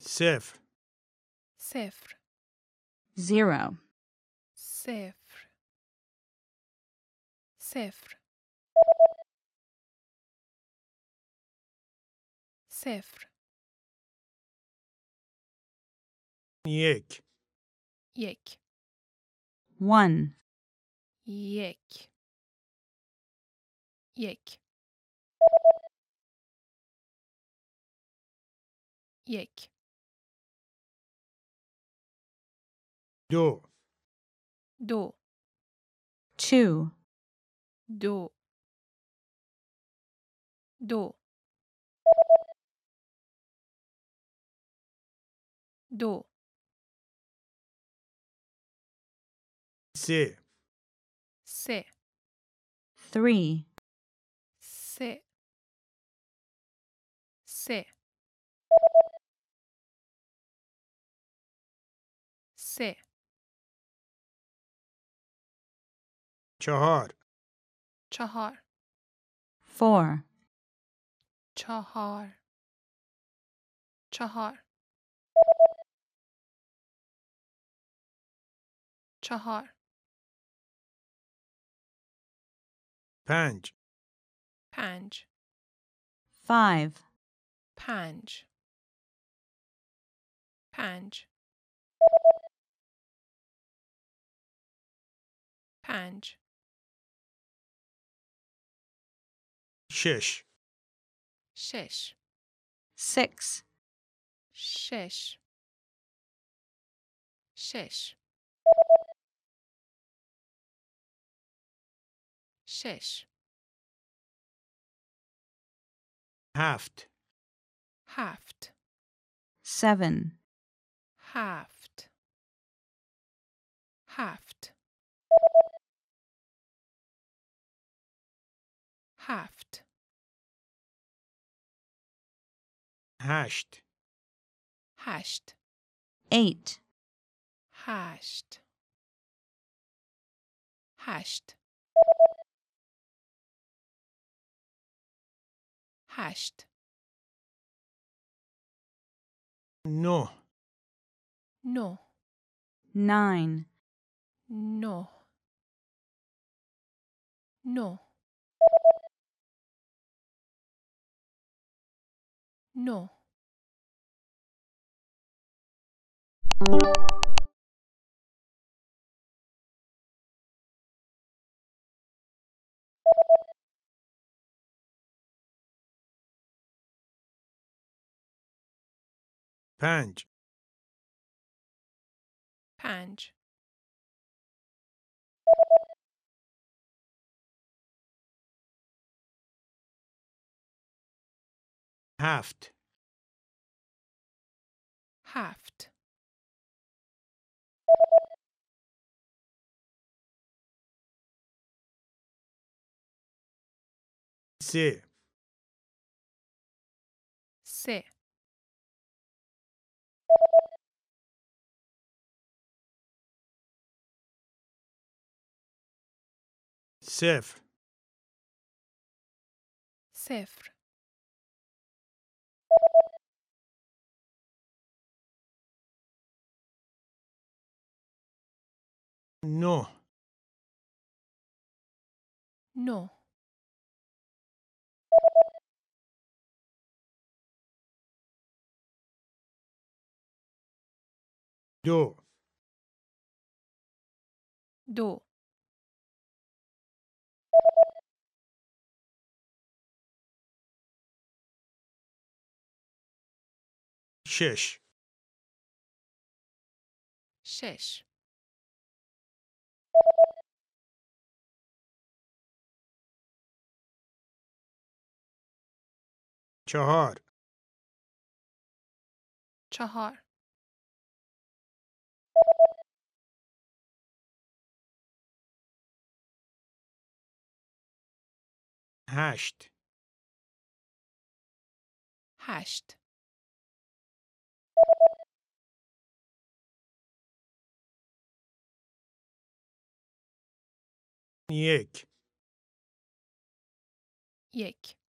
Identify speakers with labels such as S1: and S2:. S1: صفر
S2: صفر
S3: zero,
S2: صفر صفر صفر
S1: یک
S2: یک
S3: one,
S2: یک یک یک
S1: دو
S2: دو
S3: two,
S2: دو دو دو
S1: سه
S2: سه
S3: three,
S2: سه سه سه
S1: چهار
S2: چهار
S3: four,
S2: چهار چهار چهار
S1: پنج
S2: پنج
S3: five,
S2: پنج پنج پنج
S1: شش
S2: شش
S3: six,
S2: شش شش شش
S1: هفت
S2: هفت
S3: seven,
S2: هفت هفت هفت
S1: هشت
S2: هشت
S3: eight,
S2: هشت هشت هشت
S1: نه
S2: نو
S3: nine,
S2: نو نو نو
S1: پنج
S2: پنج
S1: هفت
S2: هفت
S1: سه
S2: سه
S1: صفر
S2: صفر
S1: نه
S2: نو
S1: دو
S2: دو
S1: شش
S2: شش
S1: چهار
S2: چهار
S1: هشت
S2: هشت
S1: یک
S2: یک